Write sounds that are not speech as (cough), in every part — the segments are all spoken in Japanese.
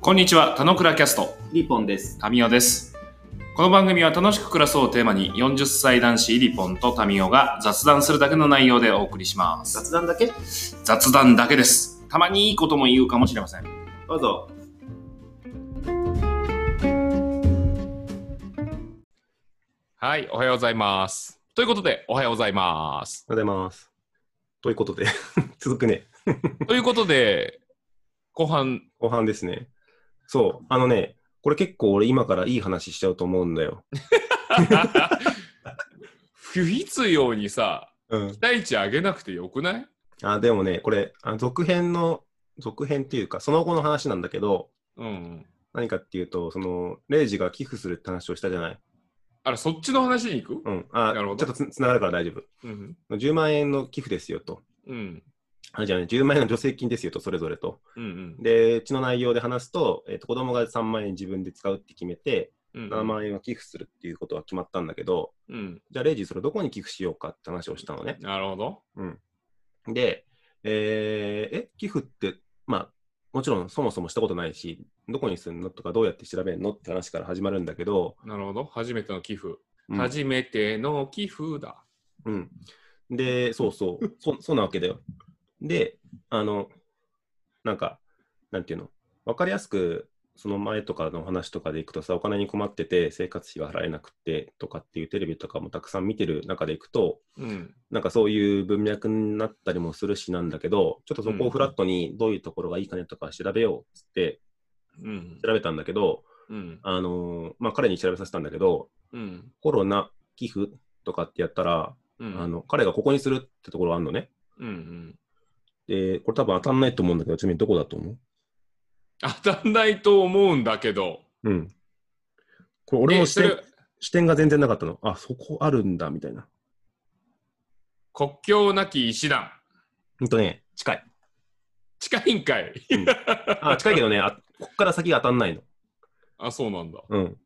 こんにちは、田野倉キャスト、リポンです。タミオです。この番組は楽しく暮らそうをテーマに、40歳男子リポンとタミオが雑談するだけの内容でお送りします。雑談だけど雑談だけです。たまにいいことも言うかもしれません。うぞ。はい、おはようございます。ということで、おはようございます。おはようございます。ということで、 (laughs) 続くね、ということで、 (laughs) 後半、後半ですね。そう、あのね、これ結構俺今からいい話しちゃうと思うんだよ。不必要にさ、うん期。待値上げなくてよくないあ、でもね、これ、あ続編の、続編っていうか、その後の話なんだけど、うん。何かっていうと、その、レイジが寄付するって話をしたじゃない。あら、そっちの話に行くうん。あ、ちなるょほっどとつつながるから大丈夫。うん。 10万円の寄付ですよと。うん。あ、じゃあね、10万円の助成金ですよと、それぞれと。うん。で、うちの内容で話すと、えっと子供が3万円自分で使うって決めて、うん。 7万円は寄付するっていうことは決まったんだけど、うん。じゃあ、レイジ、それどこに寄付しようかって話をしたのね。なるほど。で、えーえ、寄付って、まあ、もちろんそもそもしたことないし、どこにするのとか、どうやって調べるのって話から始まるんだけど、なるほど。初めての寄付。うん初めての寄付だ。うん。で、そうそう、そそうなわけだよ。で、あの、なんか、なんていうの、わかりやすく、その前とかの話とかでいくとさ、お金に困ってて、生活費が払えなくてとかっていうテレビとかもたくさん見てる中でいくと、うん。なんかそういう文脈になったりもするしなんだけど、ちょっとそこをフラットにどういうところがいいかねとか調べようっつってうん。調べたんだけど、うん。あのーまあ、彼に調べさせたんだけど、うん。コロナ寄付とかってやったら、うん。あの彼がここにするってところあるのね。うん。うん。で、これ多分当たんないと思うんだけど、ちなみにどこだと思う当たんないと思うんだけど。うん。これ俺もえ視それ点視点が全然なかったの。あ、そこあるんだ、みたいな。国境なき医師団。ほんとね、近い。近いんかい。あ、近いけどね、あこっから先が当たんないの。あ、そうなんだ。うん。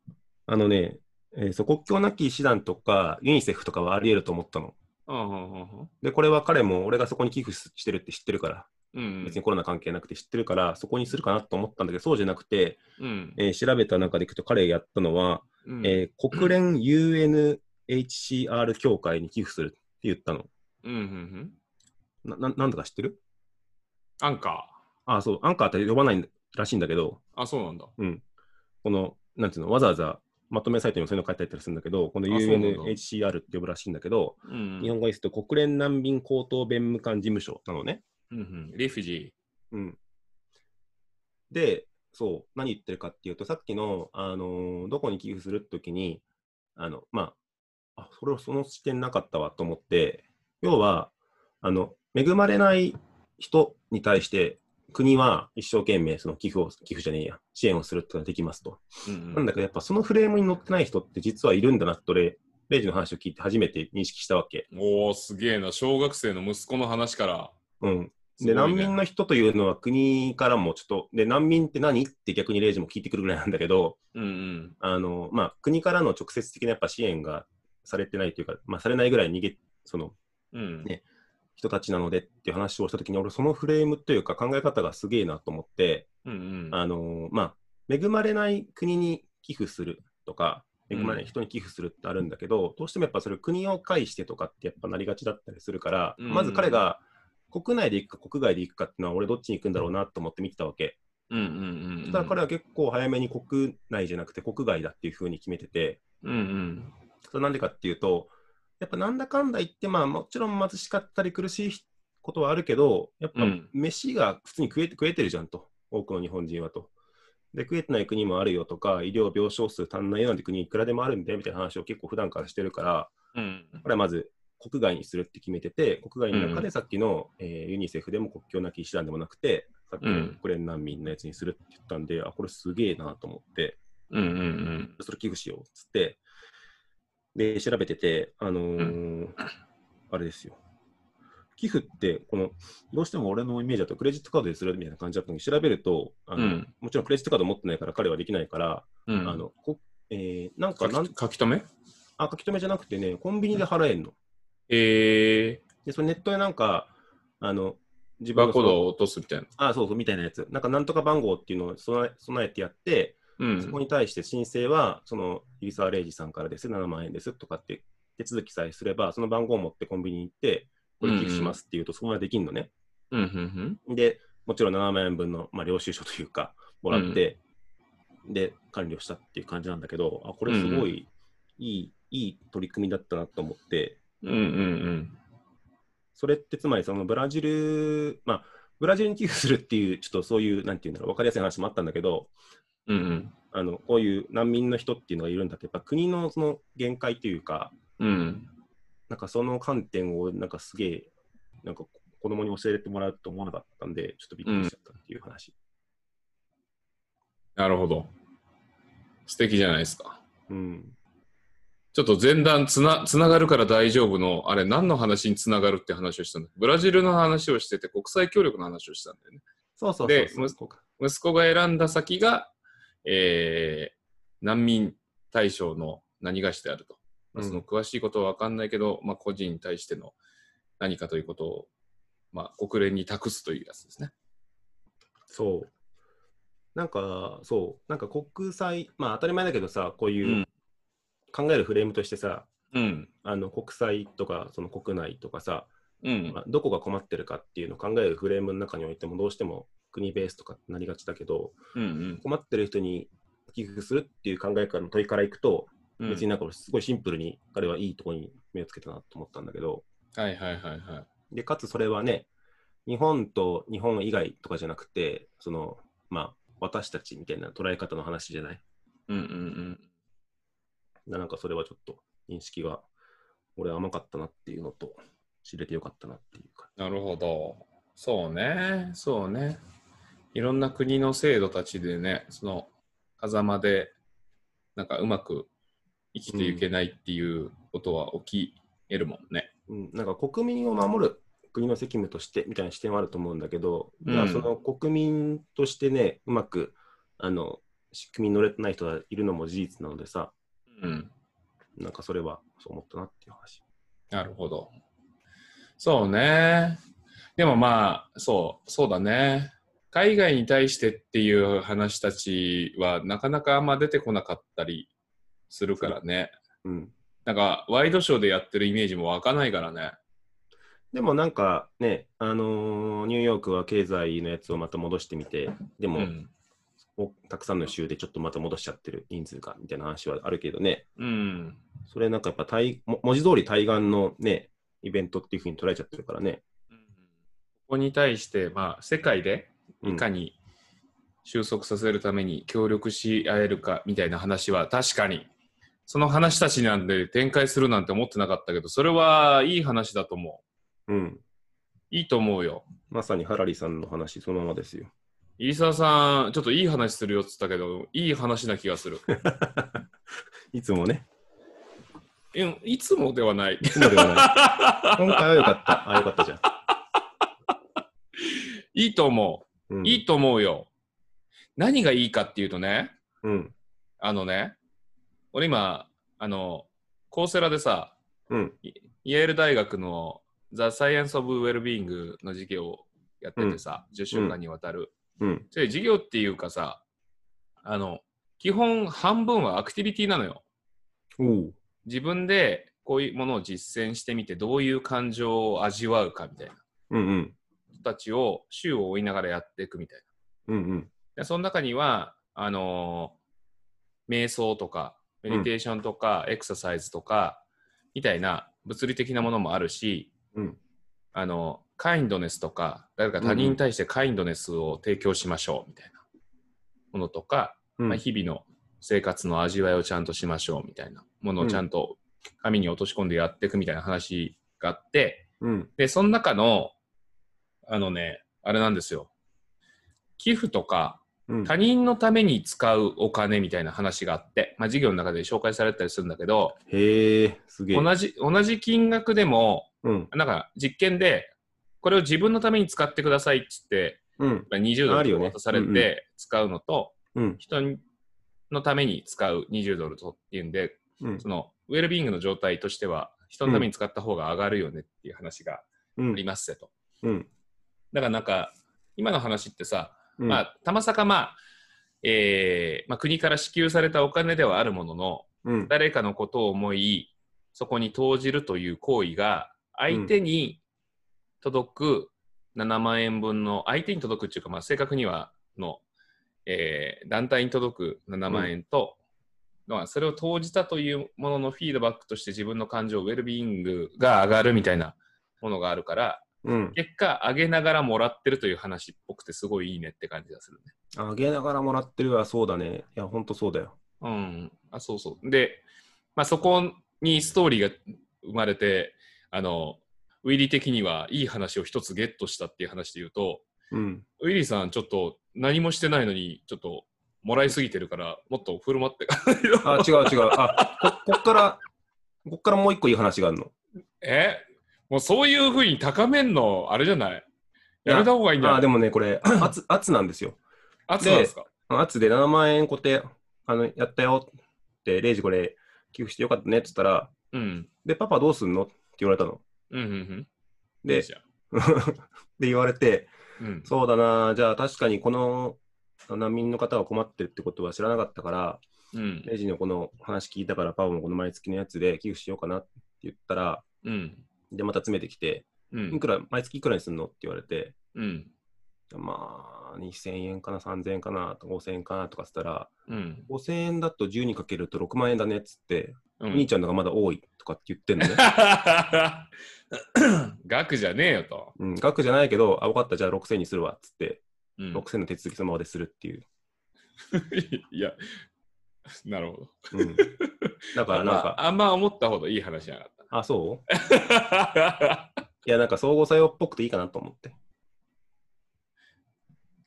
あのね、えーそう国境なき医師団とかユニセフとかはあり得ると思ったの。うんうんうんうんで、これは彼も俺がそこに寄付ししてるって知ってるから、うん別にコロナ関係なくて知ってるから、そこにするかなと思ったんだけど、そうじゃなくて、うんえー調べた中でいくと彼やったのは、うんえー国連 UNHCR 協会に寄付するって言ったの。うんうんうんな、ななんだか知ってるアンカあ、そう、アンカーって呼ばないらしいんだけど、ー。あ、そうなんだ。うん、この、なんていうの、わざわざまとめサイトにもそういうの書いてあったりするんだけど、このあそうなんだ UNHCR って呼ぶらしいんだけど、うん日本語ですと国連難民高等弁務官事務所なのね。うんうんリフジうん、で、そう、何言ってるかっていうと、さっきの、あのーどこに寄付するときに、あの、まあ、あ、それその視点なかったわと思って、要は、あの、恵まれない人に対して、国は一生懸命その寄付を、寄付じゃねえや、支援をするってのができますと。ー。うんなんだけど、やっぱそのフレームに乗ってない人って実はいるんだなって、俺、レイジの話を聞いて初めて認識したわけ。おお、すげえな。小学生の息子の話から。うん。すで、ごい難ね民の人というのは国からもちょっと、で、難民って何って逆にレイジも聞いてくるぐらいなんだけど、うんあの、まあ、国からの直接的なやっぱ支援がされてないというか、まあ、されないぐらい逃げ、そのうん。うん。ね人たちなのでっていう話をしたときに、俺、そのフレームというか考え方がすげえなと思って、うんうん。あの、まあ、恵まれない国に寄付するとか、恵まれない人に寄付するってあるんだけど、どうしてもやっぱそれ国を介してとかってやっぱなりがちだったりするから、うんまず彼が国内で行くか国外で行くかっていうのは俺どっちに行くんだろうなと思って見てたわけ。うんうんうん。だから彼は結構早めに国内じゃなくて国外だっていうふうに決めてて、うんうん。それなんでかっていうと、やっぱなんだかんだ言って、まあもちろん貧しかったり苦しいことはあるけど、やっぱうん飯が普通に食えて食えてるじゃんと、多くの日本人はと。で、食えてない国もあるよとか、医療病床数足んないような国いくらでもあるんだよみたいな話を結構普段からしてるから、うんこれはまず国外にするって決めてて、国外の中でさっきの、えーユニセフでも国境なき医師団でもなくて、さっきの国連難民のやつにするって言ったんで、あ、これすげえなと思って、うんうんそれ寄付しようっつって、で、調べてて、あのーうあれですよ。寄付って、この、どうしても俺のイメージだと、クレジットカードでするみたいな感じだったのに、調べると、あうん。うのんもちろんクレジットカード持ってないから、彼はできないから、うん。あのこえーなんか書きなん書き留めあ、書き留めじゃなくてね、コンビニで払えんの。えで、それネットでなんか、あの、自分バのーコードを落とすみたいな。あそうそう、みたいなやつ。なんか、なんとか番号っていうのを備え備えてやって、うそこん。に対して申請は、その、入沢レイジさんからです、7万円ですとかって手続きさえすれば、その番号を持ってコンビニに行って、これ寄付しますっていうと、そこまでできるのね。うん、うん、で、もちろん7万円分の、まあ、領収書というか、もらって、で、完了したっていう感じなんだけど、あ、これすごいいい、いい取り組みだったなと思って、うん。うん、うん、それってつまりそのブラジル、まあ、ブラジルに寄付するっていう、ちょっとそういう、なんていうんだろう、分かりやすい話もあったんだけど、うん。うん、あのこういう難民の人っていうのがいるんだけど、やっぱ国のその限界というか、うん。うん。なんかその観点を、なんかすげえ、なんか子供に教えてもらうと思わなかったんで、ちょっとびっくりしちゃったっていう話。なるほど。素敵じゃないですか。うんちょっと前段つなつながるから大丈夫の、あれ、何の話につながるって話をしたんだブラジルの話をしてて、国際協力の話をしたんだよね。そうそうそうでそうそうか息子が選んだ先が、えー難民対象の何がしであると。まあうんその詳しいことは分かんないけど、まあ、個人に対しての何かということを、まあ、国連に託すというやつですね。そう。なんか、そう、なんか国際、まあ当たり前だけどさ、こういう、うん考えるフレームとしてさ、うん。あの国際とかその国内とかさ、うんまあ、どこが困ってるかっていうのを考えるフレームの中においてもどうしても国ベースとかってなりがちだけどうん。困ってる人に寄付するっていう考えからの問いからいくと、うん。別になんか俺すごいシンプルに彼はいいとこに目をつけたなと思ったんだけどはいはいはいはい。でかつそれはね日本と日本以外とかじゃなくてそのまあ私たちみたいな捉え方の話じゃないうんうんななんかそれはちょっと認識が俺甘かったなっていうのと知れてよかったなっていうかうん。なるほど。そうね。そうね。いろんな国の制度たちでね、その狭間で、なんかうまく生きていけないっていうことは起き得るもんね。うん、なんか国民を守る国の責務としてみたいな視点はあると思うんだけど、うんまあその国民としてね、うまくあの仕組みに乗れてない人がいるのも事実なのでさ、うんなんかそれはそう思ったなっていう話。なるほど。そうね。でもまあ、そう、そうだね。海外に対してっていう話たちはなかなかあんま出てこなかったりするからね。うん、なんか、ワイドショーでやってるイメージも湧かないからね。でもなんかね、あのーニューヨークは経済のやつをまた戻してみて、でも、うん。おたくさんの州でちょっとまた戻しちゃってる人数がみたいな話はあるけどね、うん。それなんかやっぱ対も文字通り対岸のね、イベントっていうふうに捉えちゃってるからね。ここに対して、まあ、世界でうんいかに収束させるために協力し合えるかみたいな話は確かにその話たちなんで展開するなんて思ってなかったけどそれはいい話だと思うんういいと思うよまさにハラリさんの話そのままですよ。飯沢さんちょっといい話するよっつったけどいい話な気がするいつもね。うんいつもではないいつもでは (laughs) ない。今回は良かった。あ、良かったじゃん。いいと思う、うんいいと思うよ何がいいかっていうとねうん。あのね俺今あのコーセラでさうん。イェール大学の The Science of Wellbeing の授業をやっててさ、10週間にわたる。うん。それ授業っていうかさ、あの、基本半分はアクティビティなのよ。おう。自分でこういうものを実践してみて、どういう感情を味わうかみたいなうんうん。人たちを週を追いながらやっていくみたいうんうん。な。でその中には、あのー瞑想とか、メディテーションとか、エクササイズとか、みたいな物理的なものもあるし、うん。あの、カインドネスとか、誰か他人に対してカインドネスを提供しましょうみたいなものとか、うんまあ、日々の生活の味わいをちゃんとしましょうみたいなものをちゃんと紙に落とし込んでやっていくみたいな話があって、うん。で、その中の、あのね、あれなんですよ。寄付とか、うん。他人のために使うお金みたいな話があって、まあ、授業の中で紹介されたりするんだけど、へえ、すげえ。同じ、同じ金額でも、うん。なんか実験で、これを自分のために使ってくださいっつって、うん。 20ドあるよルね渡されうんうて使うのと、うん。人のために使う20ドルとっていうんで、うんそ。のウェルビーイングの状態としては、人のために使った方が上がるよねっていう話があうんり。ますよと。うん。だからなんか、今の話ってさ、うんまあ、たまさか、まあえーまあ、国から支給されたお金ではあるものの、うん誰かのことを思い、そこに投じるという行為が、相手に届く7万円分の、相手に届くっていうか、まあ、正確にはの、えー団体に届く7万円と、まあ、それを投じたというもののフィードバックとして自分の感情、ウェルビーイングが上がるみたいなものがあるから、うん、結果、上げながらもらってるという話っぽくて、すごいいいねって感じがするね。あげながらもらってるわ、そうだね。いや、ほんとそうだよ。うん、あそうそう。で、まあ、そこにストーリーが生まれて、あの、ウィリー的にはいい話を一つゲットしたっていう話で言うと、うん。ウィリーさん、ちょっと何もしてないのに、ちょっともらいすぎてるから、もっと振る舞って (laughs) あ、違う違う。あ、ここっから、こっからもう一個いい話があるの。えもうそういうふうに高めんの、あれじゃないいややめた方がいいんじゃあ、ないでもね、これ、 (coughs) 圧、圧なんですよ。あそうなんですか圧で7万円固定、あの、やったよって、レイジこれ、寄付してよかったねって言ったら、うん。で、パパどうすんのって言われたの。うんうんうん。いいで、じゃん (laughs) で言われて、うん。そうだな、じゃあ確かにこの難民の方が困ってるってことは知らなかったから、うん。レイジのこの話聞いたから、パパもこの毎月のやつで寄付しようかなって言ったら、うん。で、また詰めてきて、ういん。くら、毎月いくらにすんのって言われて、うん。まあ、2000円かな、3000円かな、5000円かなとかっつったら、うん。 5000円だと12かけると6万円だねっつって、うおん兄ちゃんのがまだ多いとかって言ってんのね。 (laughs) 額じゃねえよと。うん、額じゃないけど、あ、分かった、じゃあ6000にするわっつって、うん6000の手続きそのままでするっていう。 (laughs) いや、なるほど。 (laughs) うん、だからなんまか、ああんま思ったほどいい話じゃなかっあ、そうた。いや、なんか総合作用っぽくていいかなと思って。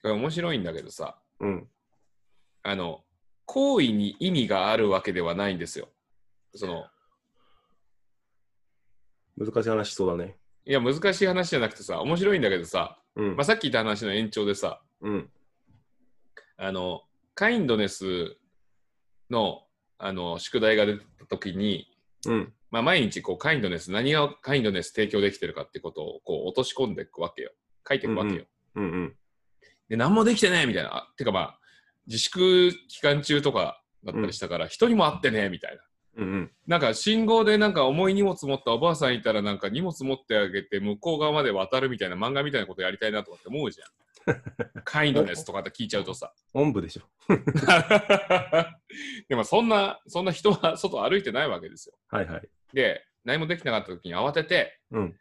これ面白いんだけどさ、うん。あの、行為に意味があるわけではないんですよ。その、難しい話しそうだね。いや、難しい話じゃなくてさ、面白いんだけどさ、うん。まあ、さっき言った話の延長でさ、うん。あの、カインドネスの、あの、宿題が出た時に、うん。まあ、毎日こうカインドネス何がカインドネス提供できてるかってことをこう落とし込んでいくわけよ書いていくわけよ、んうん。うん。で何もできてねえみたいなあてかまあ自粛期間中とかだったりしたから、人にも会ってねえみたいなうん。うん。なんか信号でなんか重い荷物持ったおばあさんいたらなんか荷物持ってあげて向こう側まで渡るみたいな漫画みたいなことやりたいなとかって思うじ (laughs) ゃんカインドネスとかって聞いちゃうとさ (laughs) おんぶでしょ。でもそんなそんな人は外歩いてないわけですよはいはい。で、何もできなかった時に慌てて、うん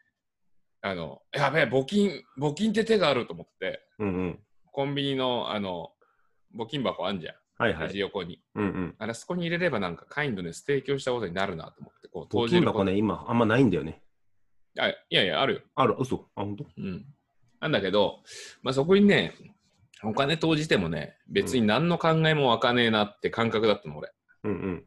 あの、やべえ、募金、募金って手があると思って、うんうん。コンビニの、あの、募金箱あんじゃん、はいは端い。横に。うんうん。あれ、そこに入れればなんか、カインドネス提供したことになるなと思って、こう、募投じ金るこ箱と。ね、今、あんまないんだよね。あいやいや、あるよ。ある、嘘。あ、ほんとうん。なんだけど、まあ、そこにね、お金投じてもね、別に何の考えも湧かねえなって感覚だったの、俺。うんうん。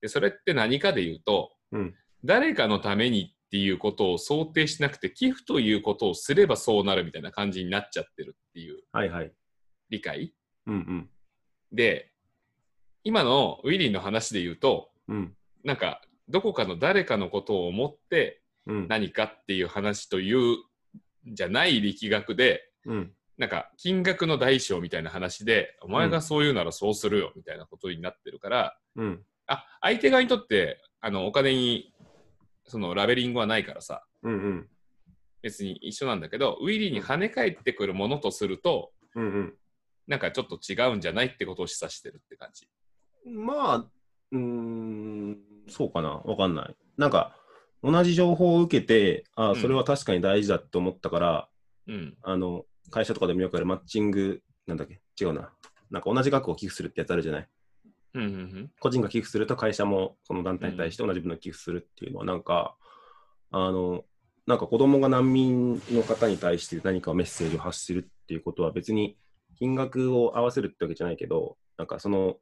で、それって何かで言うと、うん誰かのためにっていうことを想定しなくて、寄付ということをすればそうなるみたいな感じになっちゃってるっていうはいはい。理解うんで、今のウィリーの話で言うと、うん。うん。なんか、どこかの誰かのことを思ってうん。何かっていう話というじゃない力学で、うん。なんか金額の大小みたいな話で、お前がそう言うならそうするよみたいなことになってるから、うん。あ相手側にとってあのお金にそのラベリングはないからさうんうん。別に一緒なんだけどウィリーに跳ね返ってくるものとするとうんうん。なんかちょっと違うんじゃないってことを示唆してるって感じ。まあ、うーん、そうかな、わかんない。なんか、同じ情報を受けて、うああ、んそれは確かに大事だって思ったから、うん、あの、会社とかでもよくあるマッチング、なんだっけ、違うな。なんか同じ額を寄付するってやつあるじゃない。うんうん個人が寄付すると会社もその団体に対して同じ分の寄付するっていうのは、なんか、あの、なんか子供が難民の方に対して何かメッセージを発するっていうことは別に金額を合わせるってわけじゃないけど、なんかその、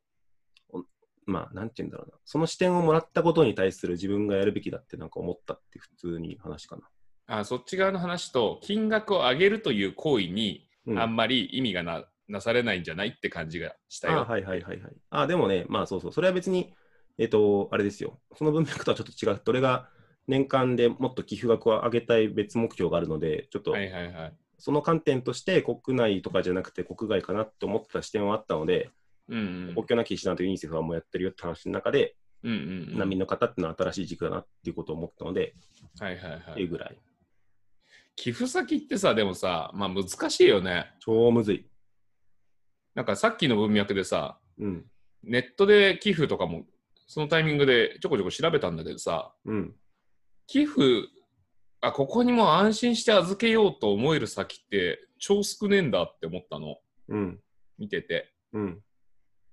おまあ、なんて言うんだろうな、その視点をもらったことに対する自分がやるべきだってなんか思ったって普通に話かな。あそっち側の話と金額を上げるという行為にうん、あんまり意味がななされないんじゃないって感じがしたあよ。はいはいはいはい。あでもね、まあそうそう、それは別に、えっ、と、あれですよ、その文脈とはちょっと違う、それが年間でもっと寄付額を上げたい別目標があるので、ちょっとはいはいはい。その観点として国内とかじゃなくて国外かなって思ってた視点はあったので、うん国境なき医師団とユニセフはもうやってるよって話の中で、うんうん難民の方ってのは新しい軸だなっていうことを思ったので、はいはいはっていうい。ぐらい。寄付先ってさ、でもさ、まあ難しいよね。超むずい。なんかさっきの文脈でさ、うん。ネットで寄付とかも、そのタイミングでちょこちょこ調べたんだけどさ、うん。寄付、あ、ここにも安心して預けようと思える先って超少ねえんだって思ったの、うん。見てて。うん。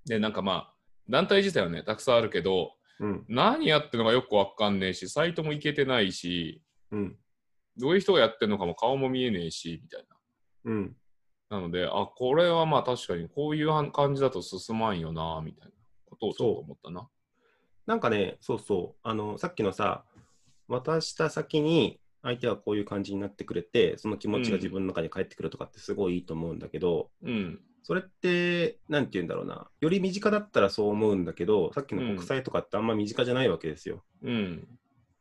で、なんかまあ、団体自体はね、たくさんあるけど、うん。何やってるのかよくわかんねえし、サイトも行けてないし、うん。どういう人がやってるのかも顔も見えねえし、みたいうん。な。なので、あ、これはまあ確かにこういうはん感じだと進まんよな、みたいなことをちょっと思ったな。なんかね、そうそう、あの、さっきのさ、渡した先に、相手はこういう感じになってくれて、その気持ちが自分の中に返ってくるとかってすごいいいと思うんだけど、うん。それって、なんて言うんだろうな、より身近だったらそう思うんだけど、さっきの国際とかってあんま身近じゃないわけですよ。うん。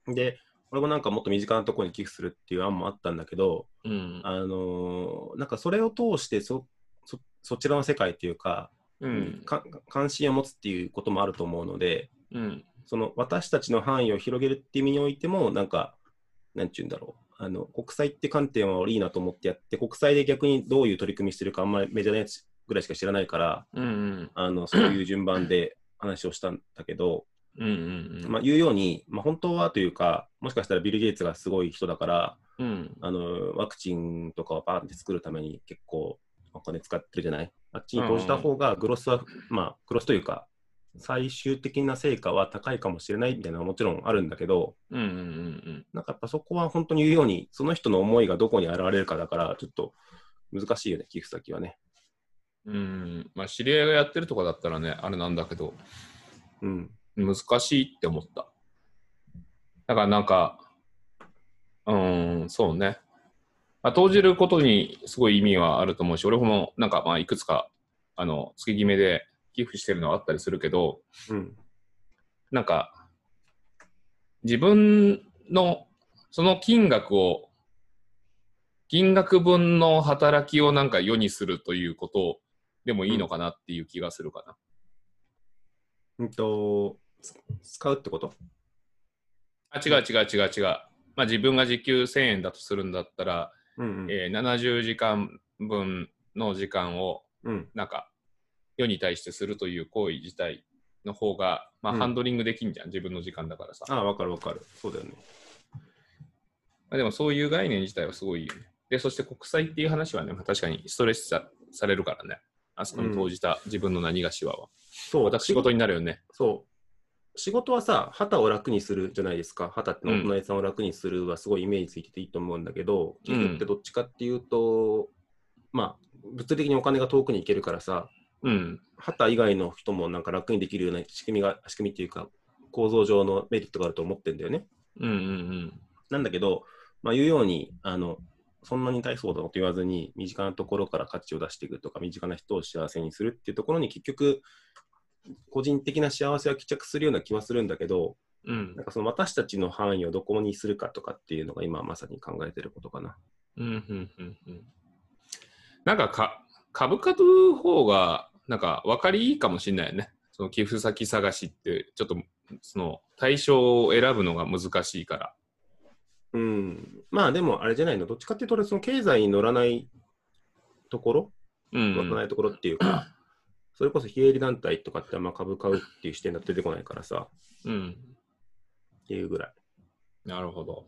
で、俺もなんかもっと身近なところに寄付するっていう案もあったんだけど、うん。あのーなんかそれを通してそ、そ、そちらの世界というか、うん。か関心を持つっていうこともあると思うので、うん。その私たちの範囲を広げるって意味においても、なんか、なんちゅうんだろう、あの国際って観点は俺いいなと思ってやって、国際で逆にどういう取り組みしてるか、あんまりメジャーなやつぐらいしか知らないから、うん。うん。あのそういう順番で話をしたんだけど、うん。うん。まあ、言うように、まあ、本当はというか、もしかしたらビル・ゲイツがすごい人だから、うん。あのワクチンとかをバーンって作るために結構お金使ってるじゃないあっちに投じた方がグロスは、まあグロスというか最終的な成果は高いかもしれないみたいなのはもちろんあるんだけどうん。うん。なんかやっぱそこは本当に言うようにその人の思いがどこに現れるかだからちょっと難しいよね寄付先はねうん。まあ、知り合いがやってるとかだったらね、あれなんだけど、うん難しいって思った。だからなんか、うーん、そうね。まあ、投じることにすごい意味はあると思うし、俺もなんかまあいくつか、あの、月決めで寄付してるのはあったりするけど、うんなんか、自分の、その金額を、金額分の働きをなんか世にするということでもいいのかなっていう気がするかな。うんとつ使うってことあ違う違う違う違う。まあ、自分が時給1000円だとするんだったら、うんうんえー70時間分の時間をうんなんか世に対してするという行為自体の方が、まあ、うんハンドリングできんじゃん、自分の時間だからさ。ああわかるわかるそうだよねまあ、でもそういう概念自体はすごいいいよね。で、そして国際っていう話はね、まあ確かにストレスさされるからね。あそこに投じた自分の何がしはは。そう私仕事になるよね。そう。仕事はさ、旗を楽にするじゃないですか。旗ってのうおん隣さんを楽にするはすごいイメージついてていいと思うんだけど、寄付ってどっちかっていうと、まあ、物理的にお金が遠くに行けるからさ、うん。旗以外の人もなんか楽にできるような仕組みが、仕組みっていうか、構造上のメリットがあると思ってんだよね。うんうんなんだけど、まあ、言うように、あの、そんなに大層だと言わずに、身近なところから価値を出していくとか、身近な人を幸せにするっていうところに結局、個人的な幸せは帰着するような気はするんだけど、うん。うんなんかその私たちの範囲をどこにするかとかっていうのが今まさに考えてることかな。うんうんうんうんなんかか株価という方がなんか分かりいいかもしれないよね。その寄付先探しってちょっとその対象を選ぶのが難しいから。うん。まあでもあれじゃないの、どっちかっていうと俺その経済に乗らないところ、う、乗らなんいところっていうか、それこそ非営利団体とかってあんま株買うっていう視点だと出てこないからさ、うん。っていうぐらい。なるほど。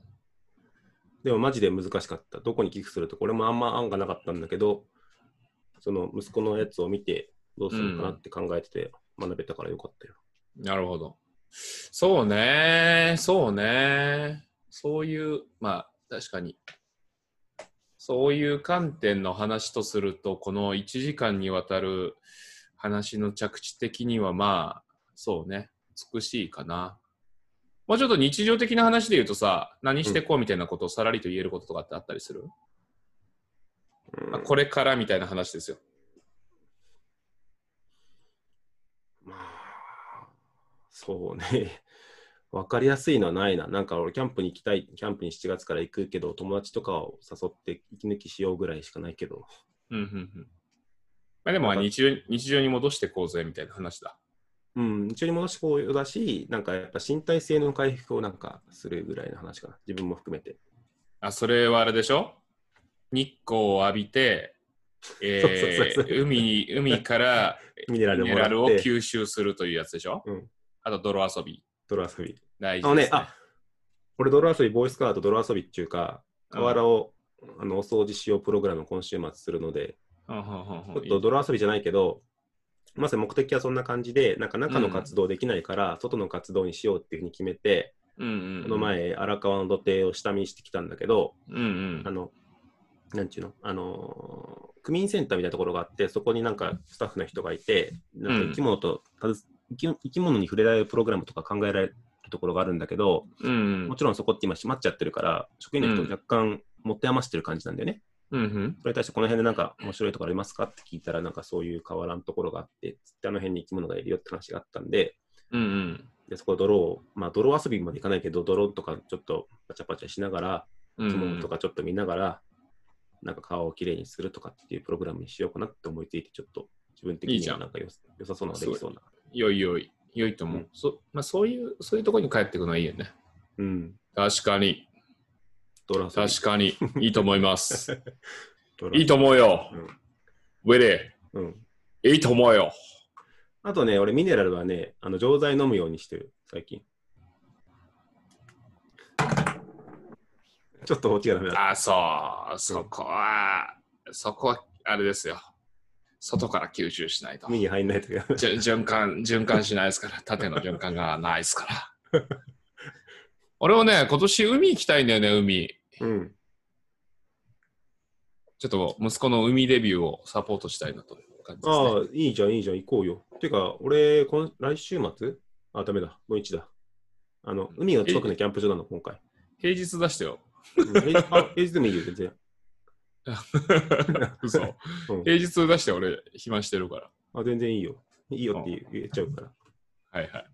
でもマジで難しかった。どこに寄付するとこれもあんま案がなかったんだけど、その息子のやつを見てどうするのかなって考えてて学べたからよかったよ。なるほど。そうね。そうね。そういう、まあ確かに。そういう観点の話とすると、この1時間にわたる話の着地的には、まあ、そうね、美しいかな。もうちょっと日常的な話で言うとさ、何してこうみたいなことをさらりと言えることとかってあったりする、うんまあこれからみたいな話ですよ。まあ、そうね。 (laughs) 分かりやすいのはないな。なんか俺、キャンプに行きたい、キャンプに7月から行くけど、友達とかを誘って息抜きしようぐらいしかないけど。うんうんうん。まあでもまあなんか日常に、日常に戻してこうぜみたいな話だ。うん、一応に戻しこうだし、なんかやっぱ身体性の回復をなんかするぐらいの話かな。自分も含めて。あ、それはあれでしょ日光を浴びて、え (laughs) そうそうそうー、海に、海から (laughs) ミネラルミネもラらルをって、吸収するというやつでしょうんあと泥遊び。泥遊び。大あ事のでねす、ね。あ俺、泥遊び、ボーイスカート泥遊びっていうか、河原を、あのお掃除しようプログラムを今週末するので、うんうんちょっうんうとん。泥遊びじゃないけど、まさに目的はそんな感じで、なんか中の活動できないから、外の活動にしようっていうふうに決めて、うんうん。この。前、荒川の土手を下見してきたんだけど、うんうんあ。の、なんちゅうの、あのー区民センターみたいなところがあって、そこになんかスタッフの人がいて、なんか生き物と、生き生き物に触れられるプログラムとか考えられるところがあるんだけど、うんうんもちろんそこって今閉まっちゃってるから、職員の人うん若干持って余してる感じなんだよね。うんうん。それに対してこの辺でなんか面白いところありますかって聞いたら、なんかそういう河原のところがあって、つってあの辺に生き物がいるよって話があったんで、うんうん。でそこ泥を、まあ泥遊びまでいかないけど、泥とかちょっとパチャパチャしながら、う生んきうん物とかちょっと見ながら、なんか川をきれいにするとかっていうプログラムにしようかなって思いついて、ちょっと自分的いいにじゃはんなんかよ良さそうなのができそうな。良い良い。良いと思う。うんそまあ、そういう、そういうところに帰ってくのはいいよね。うん。確かに。泥遊び。確かに。いいと思います。 (laughs) 泥遊びいいと思うよ。ウェレうん。うん。いいと思うよ。あとね、俺ミネラルはね、あの錠剤飲むようにしてる、最近。ちょっと落ちがダメだった。あ、そう。そこは、そこは、あれですよ。外から吸収しないと。目に入んないというかじゅ循環、循環しないですから。縦の循環がないですから。 (laughs) 俺もね、今年海行きたいんだよね、海。 (laughs) うん。ちょっと息子の海デビューをサポートしたいなという感じです、ね。ああ、いいじゃん、いいじゃん、行こうよ。てか、俺、今来週末あ、ダメだ、土日だ。あの、海の近くのキャンプ場なの、今回。平日出 (laughs) してよ。うん平日あ平日でもいいよ、全然。嘘。うん平日出して俺、暇してるから。あ、全然いいよ。いいよって言う言っちゃうから。はいはい。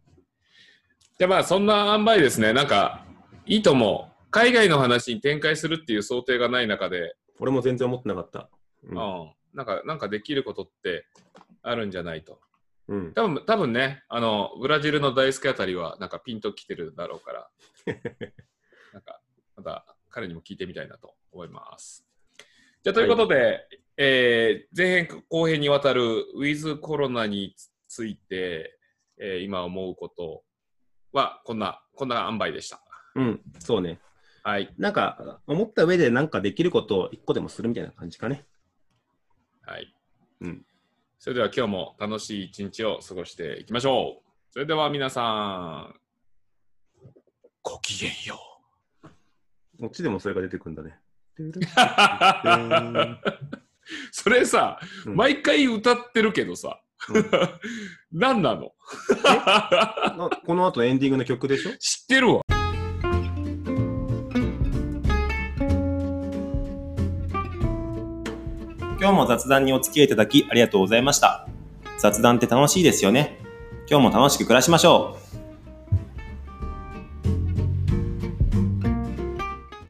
じゃあまあ、そんな塩梅ですね。なんか、いいとも、海外の話に展開するっていう想定がない中で、俺も全然思ってなかった。うんうん、なんか、なんかできることってあるんじゃないと。うん。多分、多分ね、あの、ブラジルの大好きあたりは、なんかピンときてるだろう (laughs) から、なんか、また彼にも聞いてみたいなと思います。じゃあ、ということで、えー前編後編にわたるウィズコロナについて、えー今思うことは、こんな、こんな塩梅でした。うん、そうね。はい。なんか、思った上でなんかできることを一個でもするみたいな感じかね。はい。うんそれでは今日も楽しい一日を過ごしていきましょう。それでは皆さん、ごきげんよう。こっちでもそれが出てくんだね。 (laughs) それさ、うん毎回歌ってるけどさ、うん (laughs) 何なのなこの後エンディングの曲でしょ知ってるわ。今日も雑談にお付き合いいただきありがとうございました。雑談って楽しいですよね。今日も楽しく暮らしましょう。